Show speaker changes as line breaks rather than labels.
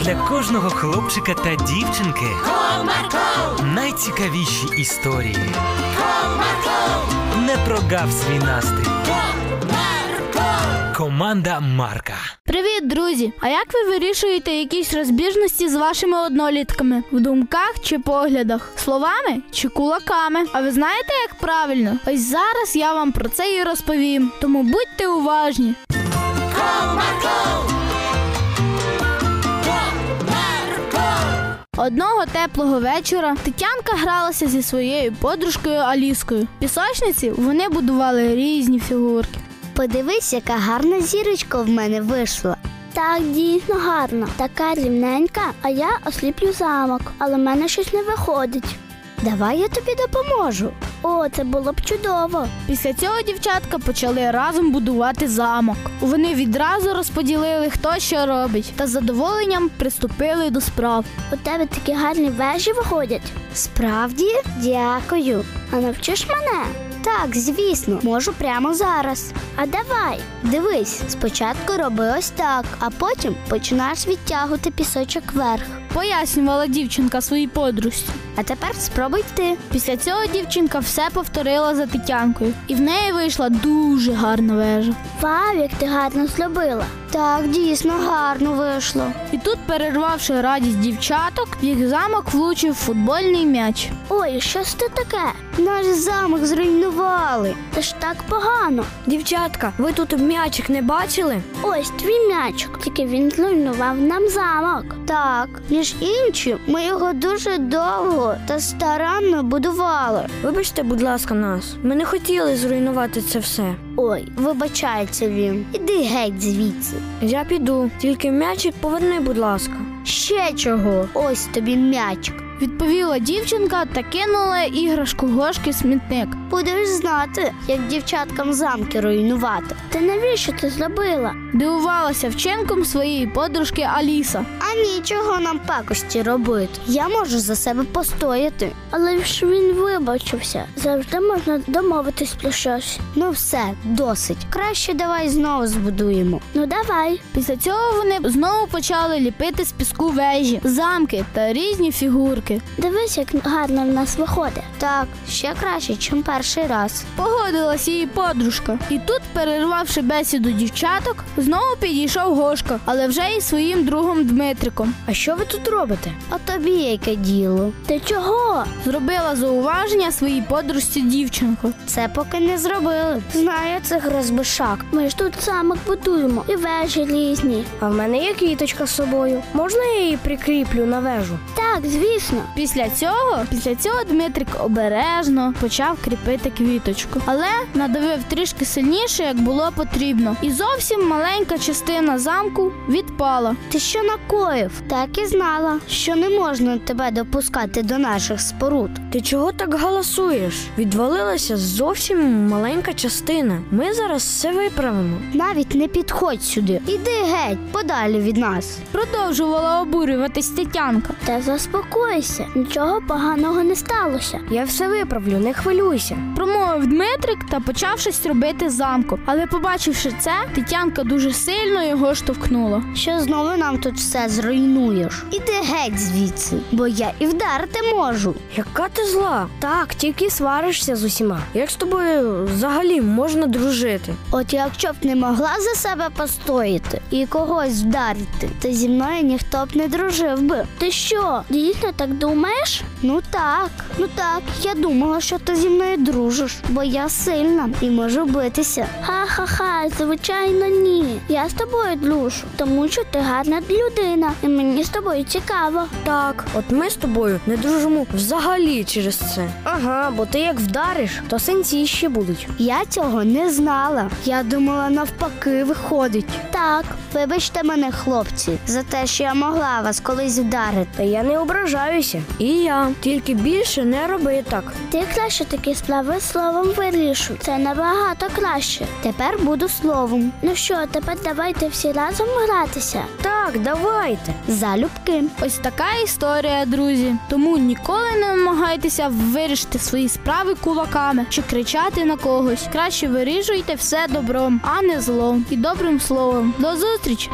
для кожного хлопчика та дівчинки
Comarco,
найцікавіші історії.
Comarco,
Не прогав свій настрій.
Comarco.
Команда Марка.
Привіт, друзі! А як ви вирішуєте якісь розбіжності з вашими однолітками в думках чи поглядах, словами чи кулаками? А ви знаєте, як правильно? Ось зараз я вам про це і розповім. Тому будьте уважні. Одного теплого вечора Тетянка гралася зі своєю подружкою Аліскою. В пісочниці вони будували різні фігурки.
Подивись, яка гарна зірочка в мене вийшла. Так, дійсно гарно. Така рівненька, а я осліплю замок, але в мене щось не виходить. Давай я тобі допоможу. О, це було б чудово.
Після цього дівчатка почали разом будувати замок. Вони відразу розподілили, хто що робить, та з задоволенням приступили до справ.
У тебе такі гарні вежі виходять. Справді? Дякую. А навчиш мене? Так, звісно, можу прямо зараз. А давай, дивись, спочатку роби ось так, а потім починаєш відтягувати пісочок вверх.
Пояснювала дівчинка своїй подружці.
А тепер спробуй ти.
Після цього дівчинка все повторила за Тетянкою, і в неї вийшла дуже гарна вежа.
Вау, як ти гарно зробила. Так, дійсно гарно вийшло.
І тут, перервавши радість дівчаток, в їх замок влучив футбольний м'яч.
Ой, що ж це таке? Наш замок зруйнували. Це ж так погано.
Дівчатка, ви тут м'ячик не бачили?
Ось твій м'ячик, тільки він зруйнував нам замок. Так, між іншим, ми його дуже довго та старанно будували.
Вибачте, будь ласка, нас. Ми не хотіли зруйнувати це все.
Ой, вибачається він. Іди геть звідси.
Я піду, тільки м'ячик поверни, будь ласка.
Ще чого? Ось тобі м'ячик.
Відповіла дівчинка та кинула іграшку гошки в смітник.
Будеш знати, як дівчаткам замки руйнувати. Та навіщо ти зробила?
Дивувалася вчинком своєї подружки Аліса.
А нічого нам пакості робити. Я можу за себе постояти. Але ж він вибачився. Завжди можна домовитись про щось. Ну все, досить. Краще давай знову збудуємо. Ну давай.
Після цього вони знову почали ліпити з піску вежі, замки та різні фігурки.
Дивись, як гарно в нас виходить. Так, ще краще, чим перший раз.
Погодилась її подружка. І тут, перервавши бесіду дівчаток, знову підійшов Гошка, але вже із своїм другом Дмитриком.
А що ви тут робите?
А тобі яке діло? Ти чого?
Зробила зауваження своїй подружці дівчинку.
Це поки не зробили. Знаю цих розбишак. Ми ж тут замок будуємо і вежі різні.
А в мене є квіточка з собою. Можна я її прикріплю на вежу?
Так, звісно.
Після цього, після цього Дмитрик обережно почав кріпити квіточку, але надавив трішки сильніше, як було потрібно, і зовсім маленька частина замку відпала.
Ти що накоїв? Так і знала, що не можна тебе допускати до наших споруд.
Ти чого так галасуєш? Відвалилася зовсім маленька частина. Ми зараз все виправимо.
Навіть не підходь сюди. Іди геть, подалі від нас.
Продовжувала обурюватись Тетянка.
Та заспокойся, нічого поганого не сталося.
Я все виправлю, не хвилюйся.
Промовив Дмитрик та почав щось робити з замком. Але побачивши це, Тетянка дуже сильно його штовхнула.
Що знову нам тут все зруйнуєш? Іди геть звідси, бо я і вдарити можу.
Яка ти зла? Так, тільки сваришся з усіма. Як з тобою взагалі можна дружити?
От якщо б не могла за себе постояти і когось вдарити, то зі мною ніхто б не дружив би. Ти що, дійсно так думаєш? Ну так, ну так. Я думала, що ти зі мною дружиш, бо я сильна і можу битися. Ха-ха-ха, звичайно, ні. Я з тобою дружу, тому що ти гарна людина, і мені з тобою цікаво.
Так, от ми з тобою не дружимо взагалі через це. Ага, бо ти як вдариш, то синці ще будуть.
Я цього не знала. Я думала, навпаки, виходить. Так, вибачте мене, хлопці, за те, що я могла вас колись вдарити.
Та я не ображаюся. І я тільки більше не роби так.
Ти краще такі справи словом вирішуй. Це набагато краще. Тепер буду словом. Ну що, тепер давайте всі разом гратися.
Так, давайте.
Залюбки.
Ось така історія, друзі. Тому ніколи не намагайтеся вирішити свої справи кулаками чи кричати на когось. Краще вирішуйте все добром, а не злом і добрим словом. До зустрічі!